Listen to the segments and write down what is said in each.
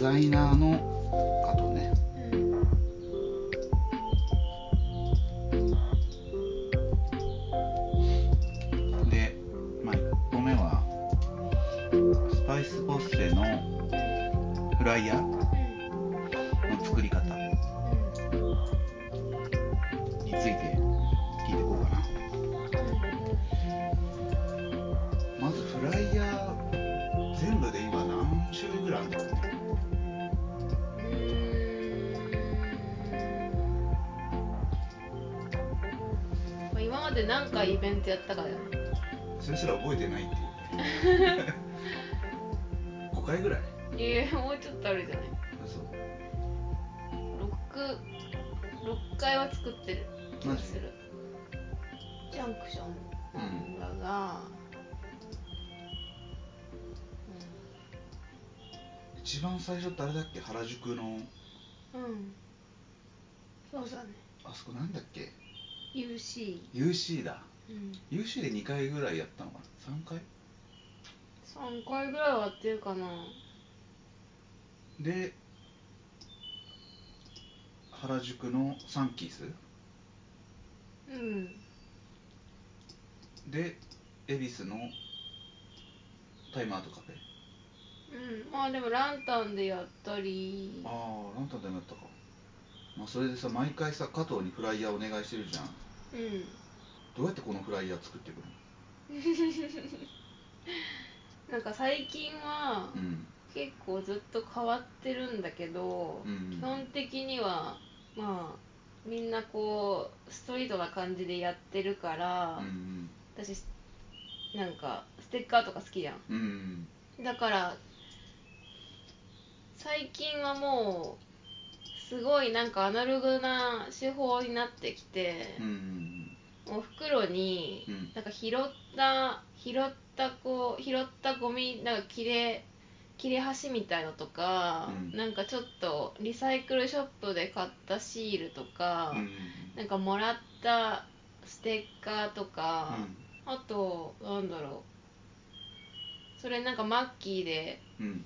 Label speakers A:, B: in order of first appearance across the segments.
A: ザイナーの方ね
B: うん
A: で、まあ、1個目はスパイスボッセのフライヤーの作り方について聞いていこうかなまずフライヤー全部で今何種類ぐらいあるんだろうね
B: まあ今まで何回イベントやったかだよね
A: それすら覚えてないっていう5回ぐらい
B: ええもうちょっとあるじゃない
A: そう
B: 66回は作ってる気がするジャンクションなんだが、
A: 一番最初ってあれだっけ原宿の
B: うん、うん、そうだね
A: あそこなんだっけ
B: UC、
A: UC だ
B: うん、
A: UC で2回ぐらいやったのかな3回
B: 3回ぐらいはやってるかな
A: で原宿のサンキース
B: うん
A: で恵比寿のタイムアウトカフェ
B: うんまあでもランタンでやったり
A: ああランタンでもやったか、まあ、それでさ毎回さ加藤にフライヤーお願いしてるじゃん
B: うん
A: どうやってこのフライヤー作ってくる
B: なんか最近は
A: のうん
B: 結構ずっと変わってるんだけど、
A: うん
B: 基本的にはまあみんなこうストリートな感じでやってるから、
A: うん
B: 私なんかステッカーとか好きじゃん
A: うんうん
B: だから最近はもうすごいなんかアナログな手法になってきて、
A: うんうん
B: お袋に
A: うん
B: なんか拾った拾ったこう拾ったゴミなんか切れ切れ端みたいのとか、
A: うん
B: なんかちょっとリサイクルショップで買ったシールとか、
A: うん
B: なんかもらったステッカーとか、
A: う
B: あとなんだろうそれなんかマッキーで
A: ん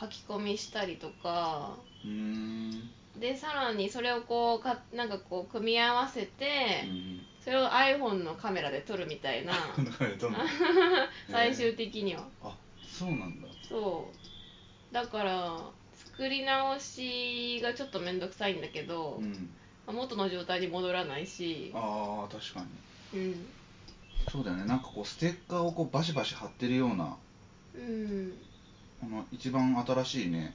B: 書き込みしたりとか
A: うんうん
B: でさらにそれをこうかなんかこう組み合わせて、
A: うん
B: それを iPhone のカメラで撮るみた いな
A: どんどん
B: 最終的には、
A: あそうなんだ
B: そうだから作り直しがちょっと面倒くさいんだけど
A: う、ん
B: まあ元の状態に戻らないし
A: ああ確かに
B: うん
A: そうだよねなんかこうステッカーをこうバシバシ貼ってるような
B: うん
A: この一番新しいね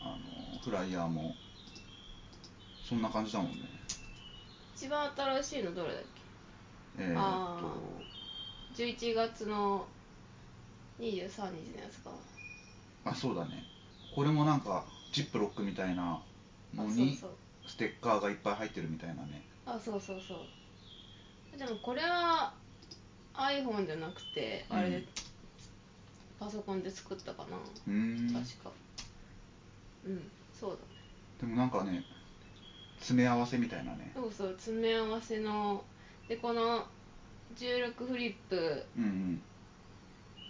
A: あのフライヤーもそんな感じだもんね
B: 一番新しいのどれだっ
A: えー、
B: あ
A: っ
B: ー
A: と
B: け11月の23日のやつか
A: あそうだねこれもなんかジップロックみたいな
B: あ
A: の
B: そう
A: に
B: そう
A: ステッカーがいっぱい入ってるみたいなね
B: あそうそうそうでもこれは iPhone じゃなくてあれで、
A: うん
B: パソコンで作ったかな
A: うーん
B: 確かうんそうだ
A: でもなんかね詰め合わせみたいなね
B: そうそう詰め合わせのでこの16フリップ
A: うん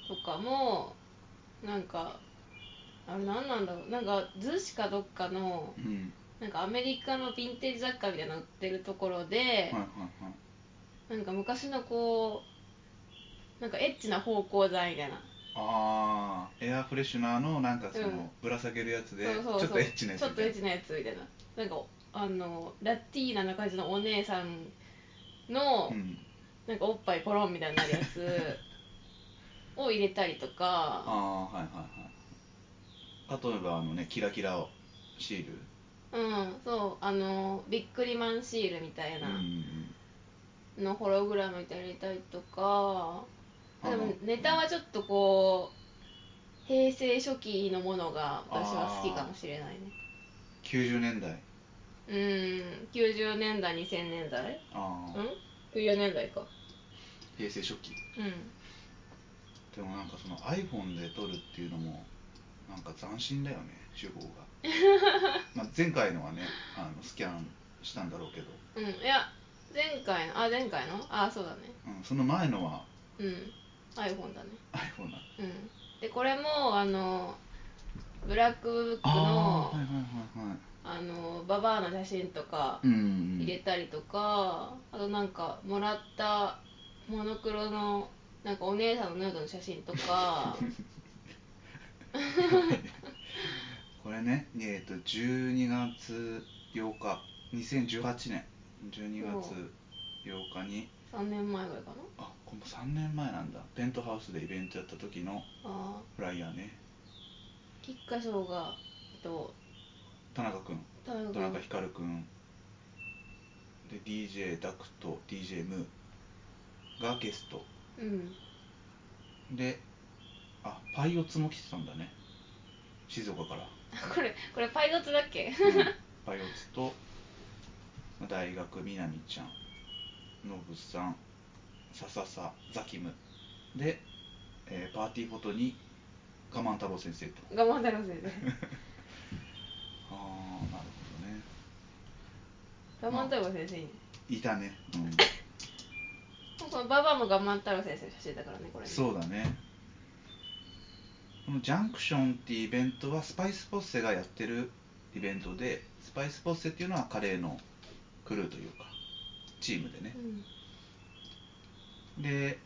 B: とかもなんかあれ何なんだろうなんか図しかどっかの
A: うんうん
B: なんかアメリカのヴィンテージ雑貨みたいなの売ってるところで
A: はい、はいはい
B: なんか昔のこうなんかエッチな芳香剤みたいな
A: ああエアフレッシュナーのなんかその、
B: うん
A: ぶら下げるやつで
B: そうそうそう
A: ちょっとエッチなやつ
B: ちょっとエッ
A: チ
B: チなやつみたいななんかあのラティーナな感じのお姉さんの、
A: うん
B: なんかおっぱいポロンみたいになる やつを入れたりとか
A: ああはいはいはい例えばあのねキラキラシール
B: うんそうあのビックリマンシールみたい
A: うんうん
B: なのホログラムみたいに入れたりとか、
A: うん
B: で
A: あ
B: も
A: の
B: ネタはちょっとこう平成初期のものが私は好きかもしれないね
A: 90年代
B: うん90年代2000年代
A: ああ、
B: うん90年代か
A: 平成初期
B: うん
A: でもなんかその iPhone で撮るっていうのもなんか斬新だよね手法が まあ前回のはねあのスキャンしたんだろうけど、
B: うん、いや前回のあ前回のあそうだね
A: うん、その前のは
B: うん iPhone だね
A: iPhone だ
B: うんでこれもあのブラックブック
A: あ
B: の
A: あはいはいはいはい
B: あのババアの写真とか
A: うんうん
B: 入れたりとか、あとなんかもらったモノクロのなんかお姉さんのヌードの写真と か
A: これねえっ、と12月8日2018年12月8日に
B: 3年前ぐらいかな
A: あこれも3年前なんだペントハウスでイベントやった時の
B: あ
A: フライヤーね
B: ー菊花賞がえっと
A: 田中君
B: 田中
A: 田中
B: 君
A: 光君で DJ ダクト DJ ムーがゲスト
B: うん
A: であパイオツも来てたんだね静岡から
B: これこれパイロットだっけ
A: パイオツと大学みなみちゃんのぶさんさささザキムで、えーパーティーフォトに我慢太郎先生と
B: 我慢太郎先生
A: ああなるほどね
B: 我慢太郎先生に
A: いたね、うん、
B: このババアも我慢太郎先生の写真だからねこ れね
A: そうだねこのジャンクションっていうイベントはスパイスポッセがやってるイベントでスパイスポッセっていうのはカレーのクルーというかチームでね
B: うん
A: で、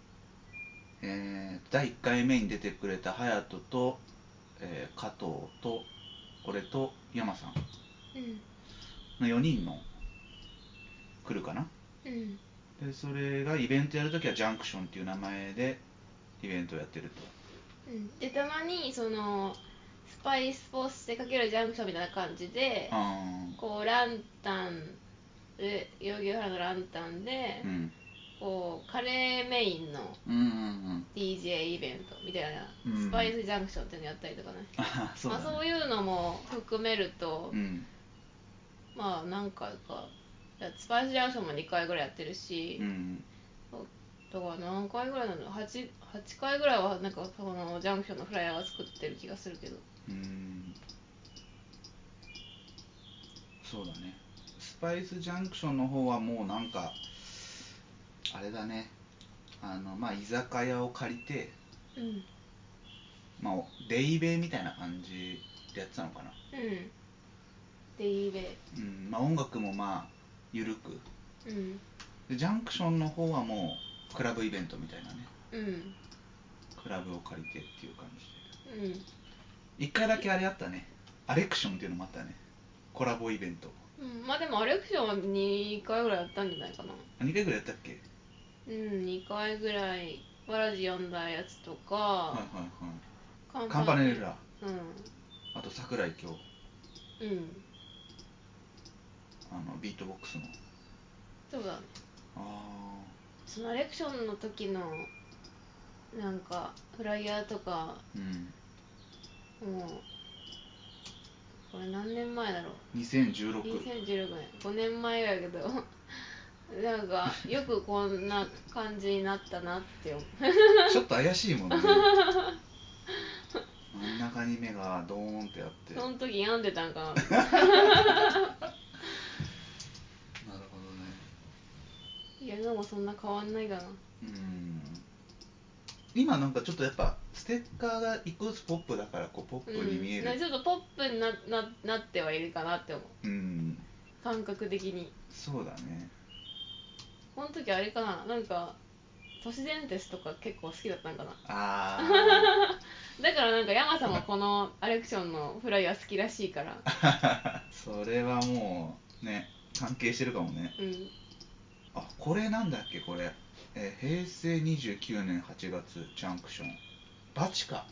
A: えー第1回目に出てくれた隼人と、えー加藤と俺と山さん
B: うん
A: の4人の来るかな
B: うん
A: でそれがイベントやるときはジャンクションっていう名前でイベントをやってると
B: うんでたまにそのスパイスポッセかけるジャンクションみたいな感じで
A: あ
B: こうランタンで代々木上原のランタンで
A: ー、うん
B: こうカレーメインの
A: うんうんうん
B: DJ イベントみたいな、
A: うん
B: スパイスジャンクションっていうのやったりとかね
A: あそうだね
B: まあ、そういうのも含めると、
A: うん
B: まあ何回かスパイスジャンクションも2回ぐらいやってるし、
A: うん
B: だから何回ぐらいなの 8, 8回ぐらいはなんかそのジャンクションのフライヤーは作ってる気がするけど
A: うんそうだねスパイスジャンクションの方はもうなんかあれだねあのまあ居酒屋を借りて
B: うんうん
A: まあデイベーみたいな感じでやってたのかな
B: でいいべ
A: うんまあ音楽もまあ緩く
B: うん
A: でジャンクションの方はもうクラブイベントみたいなね
B: うん
A: クラブを借りてっていう感じで
B: うん
A: 一回だけあれあったねアレクションっていうのもあったねコラボイベント
B: うんまあでもアレクションは2回ぐらいやったんじゃないかな
A: 何回ぐらいやったっけ
B: うん2回ぐらいわらじ読んだやつとか、
A: はいはい
B: カ
A: はいカンパネルラ
B: う
A: あと桜井京
B: んうん
A: あのビートボックスの
B: そうだね
A: あ
B: そのアレクションの時のなんかフライヤーとか
A: あうん
B: もうこれ何年前だろう
A: 2016
B: 2016年5年前やけどなんかよくこんな感じになったなって思う
A: ちょっと怪しい もんね真ん中に目がドーンってあってな
B: そ
A: る
B: の時病んでたんか
A: ほどね
B: ないやでもそんな変わんないかな
A: うん今なんかちょっとやっぱステッカーが一個ずつポップだからこうポップに見え
B: うん、
A: る
B: ちょっとポップになななってはいるかなって思う
A: うん
B: 感覚的に
A: そうだね
B: この時あれかななんか都市伝説とか結構好きだったんかな
A: あ
B: だからなんか山さんもこのアレクションのフライヤー好きらし いから
A: あそれはもうね関係してるかもね
B: うん
A: あこれなんだっけこれ、えー平成29年8月ジャンクションバチカ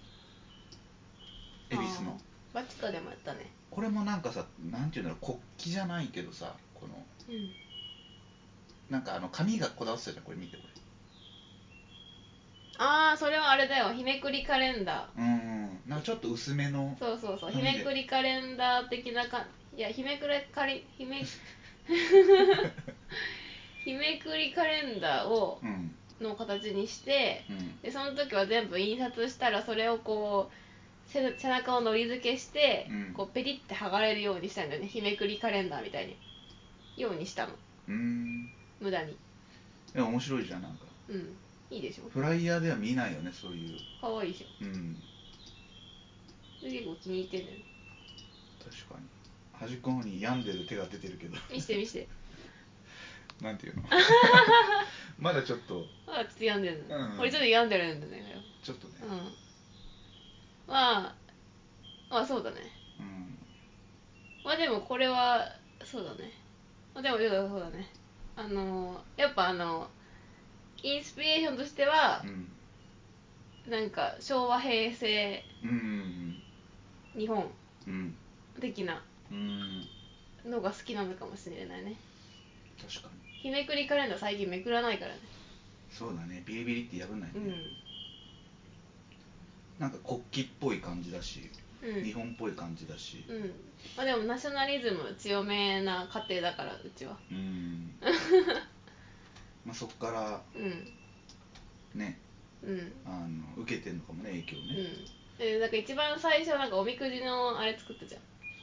A: 恵比寿
B: あ
A: の
B: ーバチカでもやったね
A: これもなんかさなんていうんだろう国旗じゃないけどさこの
B: うん
A: なんかあの紙がこだわってたじゃんこれ見てこ
B: ああそれはあれだよ日めくりカレンダ
A: れうんなんかちょっと薄めの
B: ーそうそうそう
A: な
B: 日
A: んで
B: めくりカレンダー的なかいや日めくりカレ日め 日めくりカレンダーを
A: うん
B: の形にして
A: うん
B: でその時は全部印刷したらそれをこう背背中をのり付けして、
A: うん
B: こうペリって剥がれるようにしたんだよね日めくりカレンダーみたいにようにしたの
A: うーん
B: 無駄に
A: でも面白いじゃんなんか
B: うんいいでしょ
A: フライヤーでは見ないよねそういう
B: かわいいでし
A: うん
B: それ結構気に入ってんのよ
A: 確かに端っこの方に病んでる手が出て るけど
B: 見して見して
A: なんて いうのまだちょっと
B: あちょっと病んでるの、
A: うん
B: 俺ちょっと病んでるんだね
A: ちょっとね
B: うんまあまあそうだね
A: うん
B: まあでもこれはそうだねまあでもそうだねあのやっぱあのインスピレーションとしては
A: う、ん
B: なんか昭和平成
A: うん
B: 日本
A: うん
B: 的な
A: うん
B: のが好きなのかもしれないね
A: 確かに
B: 日めくりカレンダー最近めくらないからね
A: そうだねビリビリって破んないね、
B: う
A: なんか国旗っぽい感じだし、
B: んうん
A: 日本っぽい感じだし
B: うんまあでもナショナリズム強めな家庭だから うちは
A: うんまあそこから
B: うん
A: ね
B: うん
A: あの受けてんのかもね影響
B: う
A: ね、
B: んでなんか一番最初なんかおみくじのあれ作ったじゃん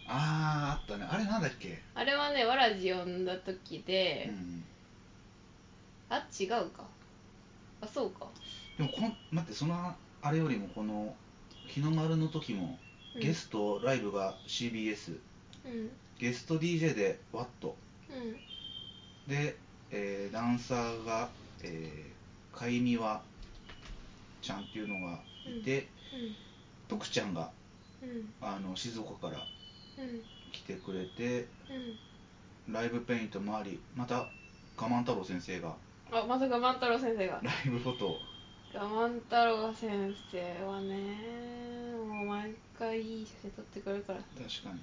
A: あああったねあれなんだっけ、
B: あれはねわらじ読んだ時で、
A: うん、
B: あ違うかあそうか
A: でもこん待ってそのあれよりもこの日の丸の時も
B: うん
A: ゲストライブが CBS、
B: うんうん
A: ゲスト DJ でワットで、えーダンサーが、えー、かいみわちゃんっていうのがいて、とくちゃんが
B: うんうん
A: あの静岡から
B: うん
A: 来てくれて
B: うん
A: ライブペイントもありまた我万太郎先生が
B: あまさか万太郎先生が
A: ライブフォトを
B: 万太郎先生はねもう毎回いい写真撮ってくれるから
A: 確かに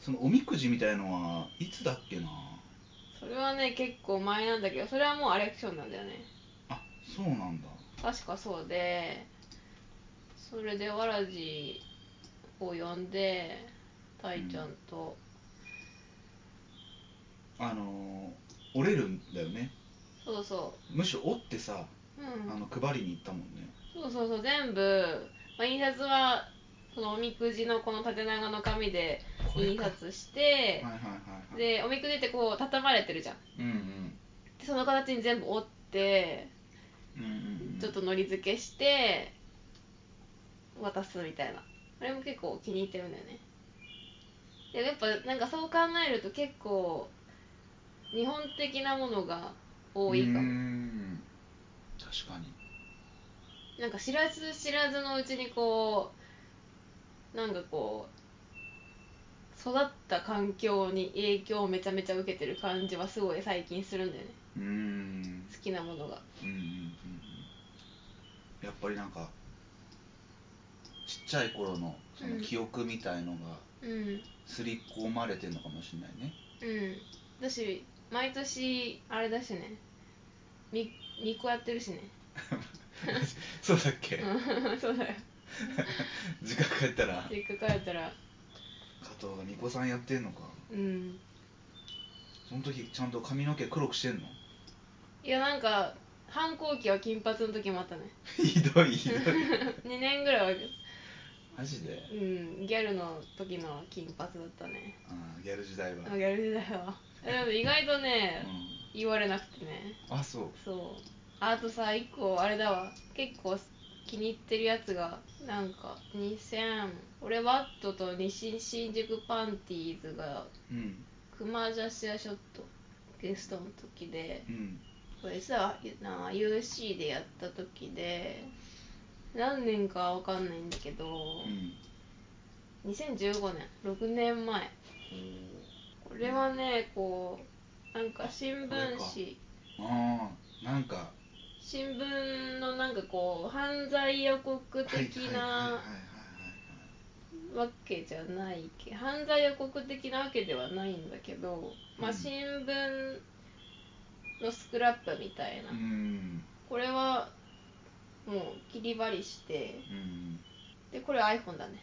A: そのおみくじみたいのはいつだっけな
B: それはね結構前なんだけどそれはもうアレクションなんだよね
A: あそうなんだ
B: 確かそうでそれでわらじを呼んでたいちゃんと、
A: あのー、折れるんだよね
B: そうそ
A: むしろ折ってさ
B: うう
A: あ
B: ん
A: の配りに行ったもんね
B: そうそうそう全部、まあ、印刷はそのおみくじのこの縦長の紙で
A: これ
B: 印
A: か
B: 刷し
A: はい
B: て
A: はいはいはい
B: でおみくじってこう畳まれてるじゃん
A: うんうん
B: でその形に全部折って
A: うんうんうん
B: ちょっとのり付けして渡すみたいなあれも結構気に入ってるんだよねでやっぱなんかそう考えると結構日本的なものが多い
A: う
B: か
A: ー
B: も
A: ん確かに
B: なんか知らず知らずのうちにこうなんかこう育った環境に影響をめちゃめちゃ受けてる感じはすごい最近するんだよね
A: うーん
B: 好きなものが
A: うんうんうんうんやっぱりなんかちっちゃい頃のその
B: うん
A: 記憶みたいのが
B: うん
A: 刷り込まれてるのかもしれない ね、
B: うんだし毎年あれだしねみみこやってるしね
A: そうだっけ、
B: そうだよ
A: 時間帰ったら
B: 実家帰ったら
A: 加藤が巫女さんやってんのか
B: うん
A: その時ちゃんと髪の毛黒くしてんの
B: いやなんか反抗期は金髪の時もあった ね
A: ひどい ひどい
B: 2年ぐらいは、
A: マジで
B: うん、ギャルの時の金髪だったね
A: あーギャル時代は、
B: あギャル時代は でも意外とね
A: う
B: 言われなくてね
A: ん、あそう
B: そうあとさ一個あれだわ結構気に入ってるやつがなんか2000俺ワットと西新宿パンティーズが
A: うん
B: 熊ジャシアショットゲストの時で
A: うん
B: これさな UC でやった時で何年かわかんないんだけど、
A: うん
B: 2015年6年前これはねこうなんか新聞
A: これか
B: 紙
A: ああなんか
B: 新聞のなんかこう犯罪予告的
A: はいはいはいはい
B: なわけじゃないけ犯罪予告的なわけではないんだけど、ま
A: う
B: あ、
A: ん
B: 新聞のスクラップみたいな、
A: はいはいうん
B: これはもう切り張りして
A: うん
B: でこれ iPhone だね、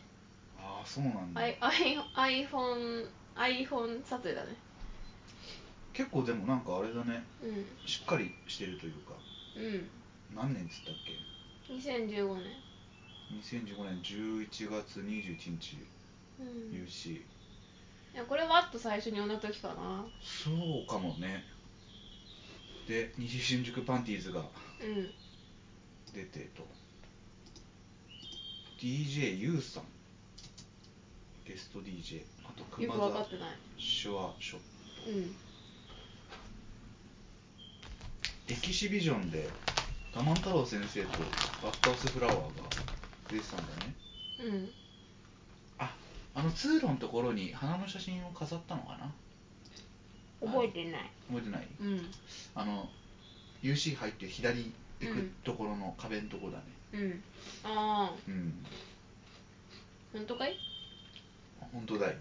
A: ああそうなんだ、
B: アイ iPhone, iPhone 撮影だね
A: 結構でもなんかあれだね
B: う
A: しっかりしてるというか
B: んうん
A: 何年っつったっけ
B: 2015年
A: 2015年11月21日
B: うんい
A: UC、
B: やこれはっと最初に呼んだ時かな
A: そうかもねで西新宿パンティーズが
B: うん
A: 出てと DJYOU さんゲスト DJ あと
B: よ
A: 熊
B: く分か
A: 田
B: ってない
A: 手話ショップ
B: うん
A: エキシビジョンで玉太郎先生とバッタースフラワーが出てたんだね
B: うん
A: ああの通路のところに花の写真を飾ったのかな
B: 覚えてない
A: 覚えてない
B: うん
A: あの UC 入って左行
B: う
A: く
B: ん
A: ところの壁のとこだね
B: うんああ
A: うん、
B: 本当かい
A: 本当だよ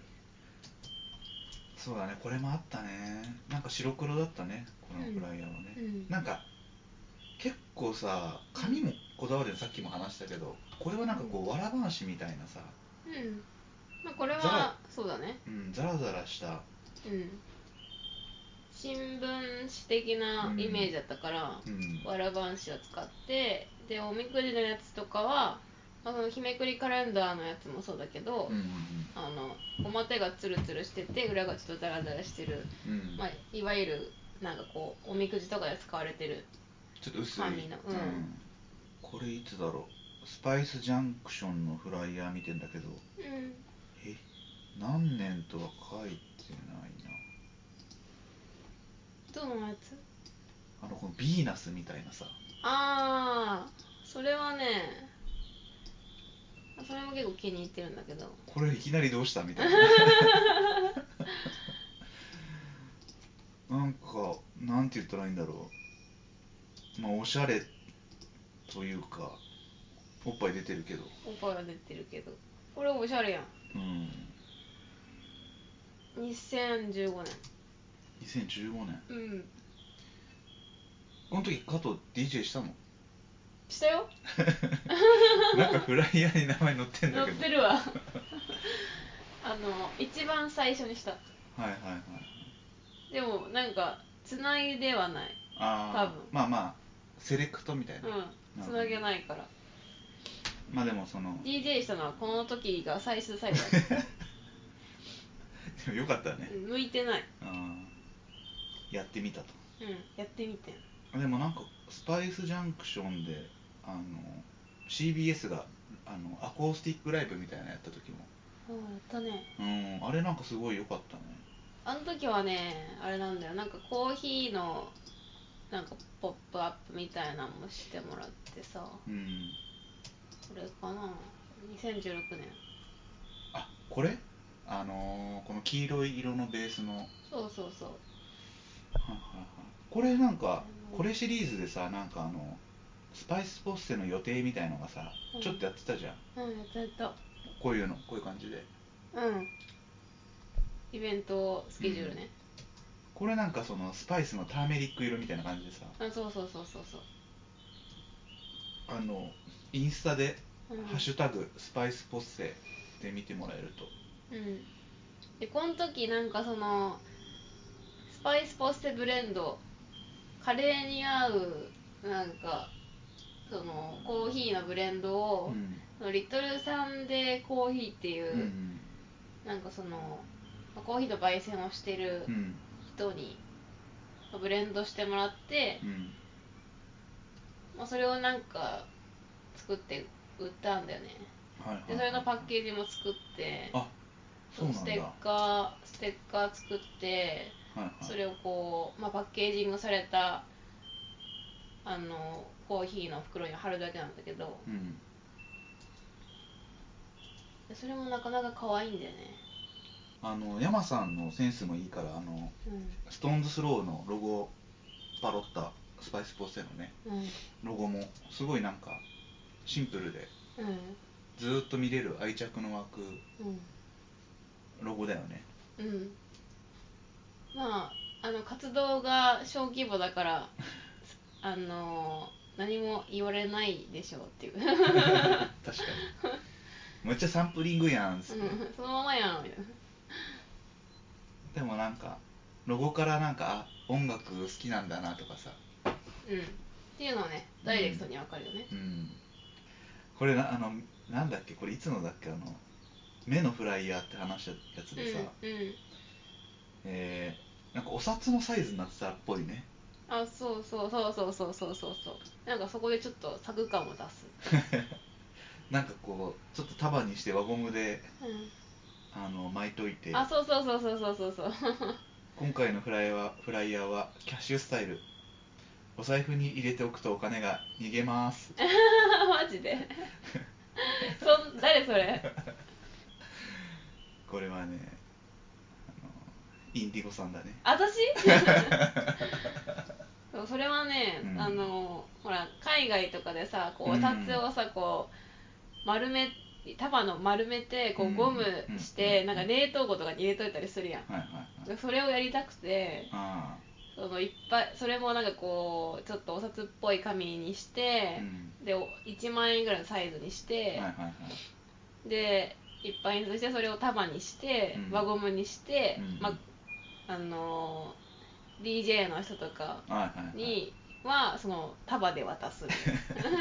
A: そうだねこれもあったねなんか白黒だったねこのフライヤーはね、
B: うん
A: なんか結構さ紙もこだわるよさっきも話したけどこれはなんかこうわらばんしみたいなさ、
B: うんまあこれ
A: ザ
B: は
A: ラ
B: そうだね
A: うん、ザラザラした
B: うん新聞紙的なイメージだったから、
A: うん
B: わらばんしを使ってでおみくじのやつとかは、まあ、その日めくりカレンダーのやつもそうだけど、
A: うん
B: あの表がツルツルしてて裏がちょっとザラザラしてる、
A: うんうん
B: まあ、いわゆるなんかこうおみくじとかで使われてる
A: ちょっと薄い、
B: 紙のうん
A: これいつだろうスパイスジャンクションのフライヤー見てんだけど
B: うん
A: え何年とは書いてないな
B: どのやつ
A: あのこのビーナスみたいなさ
B: ああそれはねそれも結構気に入ってるんだけど
A: これいきなりどうしたみ たいななんかなんて言ったらいいんだろうまあおしゃれというかおっぱい出てるけど
B: おっぱいが出てるけどこれおしゃれやん
A: うん
B: 2015年
A: 2015年
B: うん
A: この時加藤 DJ したの
B: したよ
A: なんかフライヤーに名前載ってんだ
B: 乗っ
A: けど
B: てる わあの一番最初にした
A: はいはいはい
B: でもなんかつないではない
A: ああ
B: 多分
A: まあまあセレクトみたいな、
B: うん
A: なるほ
B: つ
A: ど
B: なげないから
A: まあでもその
B: DJ したのはこの時が最終最後だっ た
A: でもよかったね
B: うん向いてない
A: うんやってみたと
B: うんやってみて
A: でもなんかスパイスジャンクションであの CBS があのアコースティックライブみたいなのやった時も
B: ああやったね
A: うんあれなんかすごい良かったね
B: あの時はねあれなんだよなんかコーヒーのなんかポップアップみたいなのもしてもらってさこ
A: うん
B: れかな2016年
A: あこれあのーこの黄色い色のベースのはい
B: そうそうそう
A: はいはいこれなんかこれシリーズでさなんかあのスパイスポッセの予定みたいのがさ
B: うん
A: ちょっとやってたじゃん
B: うんやったやった
A: こういうのこういう感じで
B: うんイベントスケジュールね、
A: これなんかそのスパイスのターメリック色みたいな感じでさ
B: あそうそうそうそうそう
A: あのインスタで
B: うん
A: ハッシュタグスパイスポッセで見てもらえると。
B: うんでこの時なんかそのスパイスポッセブレンドカレーに合うなんかそのコーヒーのブレンド
A: う
B: を、
A: ん
B: リトルサンデーコーヒーっていうう、
A: ん
B: なんかそのコーヒーと焙煎をしてる
A: うん
B: 人にブレンドしてもらって、
A: うん
B: まあ、それをなんか作って売ったんだよね
A: はいはい
B: でそれのパッケージも作って
A: あそうなんだ
B: ステッカーステッカー作って
A: はいはい
B: それをこう、まあ、パッケージングされたあのコーヒーの袋に貼るだけなんだけど
A: うん
B: でそれもなかなか可愛いんだよね
A: あの山さんのセンスもいいからあのストーンズスローのロゴパロッタスパイスポッセのね
B: うんうん
A: ロゴもすごいなんかシンプルで
B: うん
A: ずーっと見れる愛着の湧く
B: うん
A: ロゴだよね
B: うんまああの活動が小規模だから あの何も言われないでしょうっていう う
A: 確か にめっちゃサンプリングやんっつって、
B: んそのままやんみたいな
A: でもなんかロゴからなんかあ音楽好きなんだなとかさ
B: うんっていうのをねダイレクトにわかるよね
A: うんこれなあのなんだっけこれいつのだっけあの目のフライヤーって話したやつ
B: う
A: でさ、
B: ん、うん、
A: えーなんかお札のサイズになってたっぽいね
B: あそうそうそうそうそうそうそうそうなんかそこでちょっと作感を出す
A: なんかこうちょっと束にして輪ゴムで
B: うん
A: あの巻いといて
B: あそうそうそうそうそうそうそう
A: 今回のフライヤーはフライヤーはキャッシュスタイルお財布に入れておくとお金が逃げます
B: マジで そん誰それ
A: これはねあのインディゴさんだね
B: 私そうそれはね、
A: うん
B: あのほら海外とかでさこ
A: う
B: うんタツをさこう丸め束の丸めてこ
A: う
B: うんゴムして、
A: うん
B: なんか冷凍庫とかに入れといたりするやん、
A: はいはいはい
B: それをやりたくて
A: あ
B: そのいっぱいそれもなんかこうちょっとお札っぽい紙にし
A: あ
B: て
A: う、ん
B: でお1万円ぐらいのサイズにし
A: はい
B: て、
A: はいはい
B: でいっぱいにしてそれを束にして、
A: うん
B: 輪ゴムにして、
A: うん
B: まあのー DJ の人とか
A: はいはいはい
B: にはその束で渡すみたい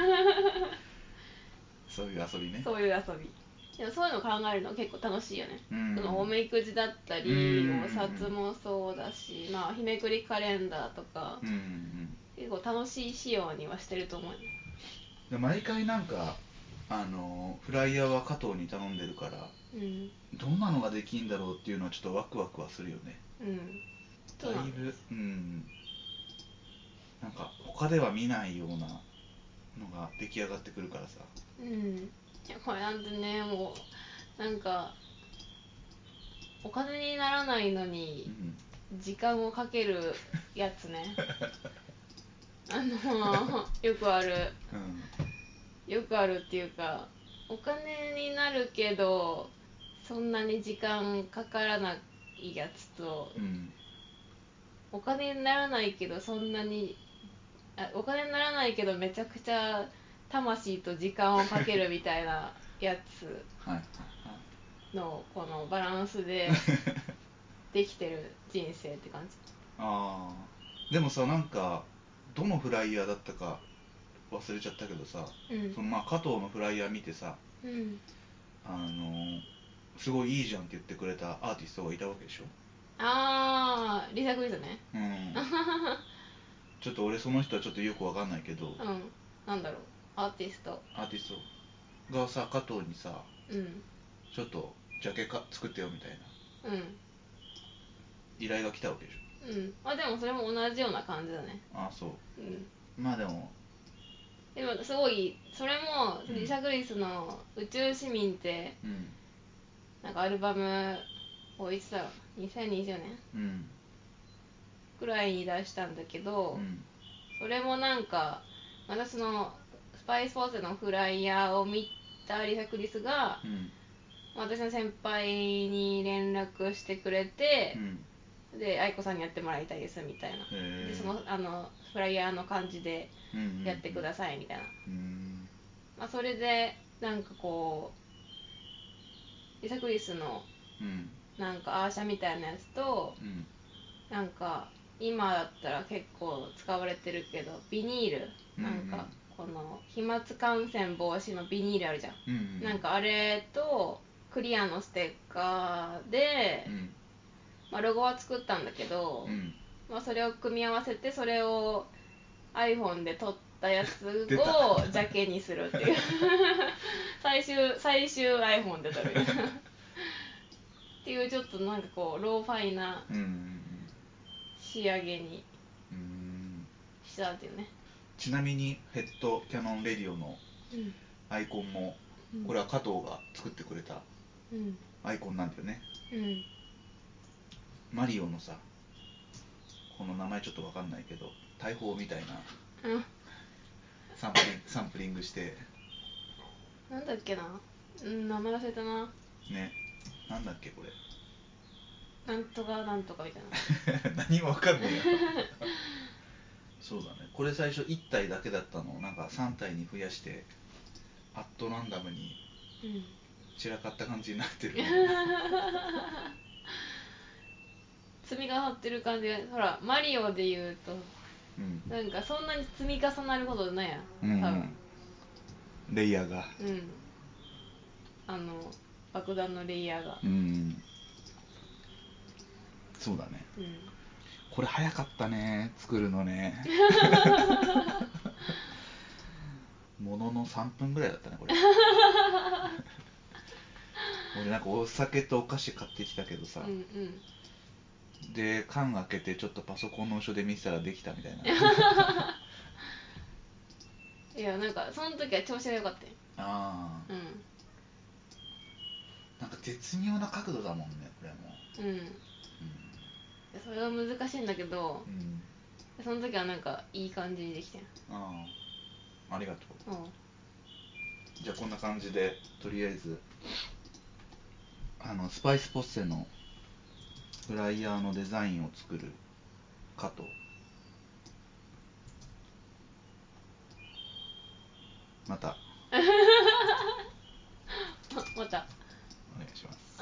A: そういう遊びね
B: なそういう遊びでもそういうの考えるの結構楽しいよね、
A: うん
B: そのおみくじだったり、
A: うん
B: お札もそうだし、まあ、日めくりカレンダーとか、
A: うんうん
B: 結構楽しい仕様にはしてると思うよ
A: で毎回なんかあのフライヤーは加藤に頼んでるから
B: うん
A: どんなのができんだろうっていうのはちょっとワクワクはするよね
B: うん
A: だ
B: そうなん
A: い
B: だ
A: ぶうんなんか他では見ないようなのが出来上がってくるからさ
B: うんいやこれなんてねもうなんかお金にならないの
A: う
B: に
A: ん
B: 時間をかけるやつねあのよくある
A: うん
B: よくあるっていうかお金になるけどそんなに時間かからないやつと
A: うん
B: お金にならないけどそんなにあお金にならないけどめちゃくちゃ魂と時間をかけるみたいなやつ
A: はいはいはい
B: のこのバランスでできてる人生って感じ
A: ああでもさなんかどのフライヤーだったか忘れちゃったけどさ
B: うん
A: そのまあ加藤のフライヤー見てさ
B: うん
A: あのすごいいいじゃんって言ってくれたアーティストがいたわけでしょ
B: あーリサ・クイズね
A: うん ちょっと俺その人はちょっとよくわかんないけど
B: うんなんだろうアーティスト
A: アーティストがさ加藤にさ
B: うん
A: ちょっとジャケか作ってよみたいな
B: うん
A: 依頼が来たわけでしょ
B: うんまあでもそれも同じような感じだね
A: ああそう
B: うん
A: まあでも
B: でもすごいそれも
A: うん
B: リサ・クリスの「宇宙市民」って
A: うん
B: なんかアルバムをいつだろう2020年
A: うん
B: くらいに出したんだけど、
A: うん
B: それもなんか私のスパイスフォースのフライヤーを見たリサ・クリスが
A: うん
B: 私の先輩に連絡してくれて
A: う、ん
B: で愛子さんにやってもらいたいですみたいな、
A: へ
B: でそのあのフライヤーの感じで
A: え
B: やってくだ
A: さ
B: さいみたいな、
A: いうん
B: まあ、それでなんかこうリサ・クリスの
A: うん
B: なんかアーシャみたいなやつと
A: うん
B: なんか今だったら結構使われてるけどビニールなんかこの飛沫感染防止のビニールあるじゃん、
A: うんうん
B: なんかあれとクリアのステッカーで、
A: うん
B: まあ、ロゴは作ったんだけど、
A: うん
B: まあ、それを組み合わせてそれを iPhone で撮ったやつ
A: 出
B: をジャケにするって いう最終最終 iPhone で撮るっていうちょっとなんかこうローファイな
A: うんうん
B: 仕上げに
A: うんうん
B: したっていうね、
A: ちなみにヘッドキャノンレディオのアイコンも
B: うん
A: これは加藤が作ってくれた
B: うん
A: アイコンなんだよね
B: うん
A: マリオのさこの名前ちょっとわかんないけど大砲みたいな
B: うん
A: サンプリンサンプリングして
B: なんだっけなうん名前忘れたな
A: ねなんだっけこれ
B: なんとかなんとかみたいな
A: 何もわかんない そうだねこれ最初1体だけだったのをなんか3体に増やしてアットランダムに
B: うん
A: 散らかった感じになって る
B: 積み重なってる感じがほらマリオで言うと
A: うん、
B: なんかそんなに積み重なることないや
A: うんん
B: 多分
A: レイヤーが
B: うんあの爆弾のレイヤーが
A: うんそうだね
B: うん
A: これ早かったね作るのねものの3分ぐらいだったねこれ俺なんかお酒とお菓子買ってきたけどさ、
B: うんうん
A: で缶開けてちょっとパソコンの後ろで見せたらできたみたいな
B: いやなんかその時は調子が良かったよ
A: ああ
B: う
A: なんか絶妙な角度だもんねこれも
B: んうんそれが難しいんだけど
A: うん、うん、
B: その時はなんかいい感じにできたよ
A: ああありがとう
B: うん
A: じゃあこんな感じでとりあえずあのスパイスポッセのフライヤーのデザインを作るかとまた
B: ままた
A: お願いします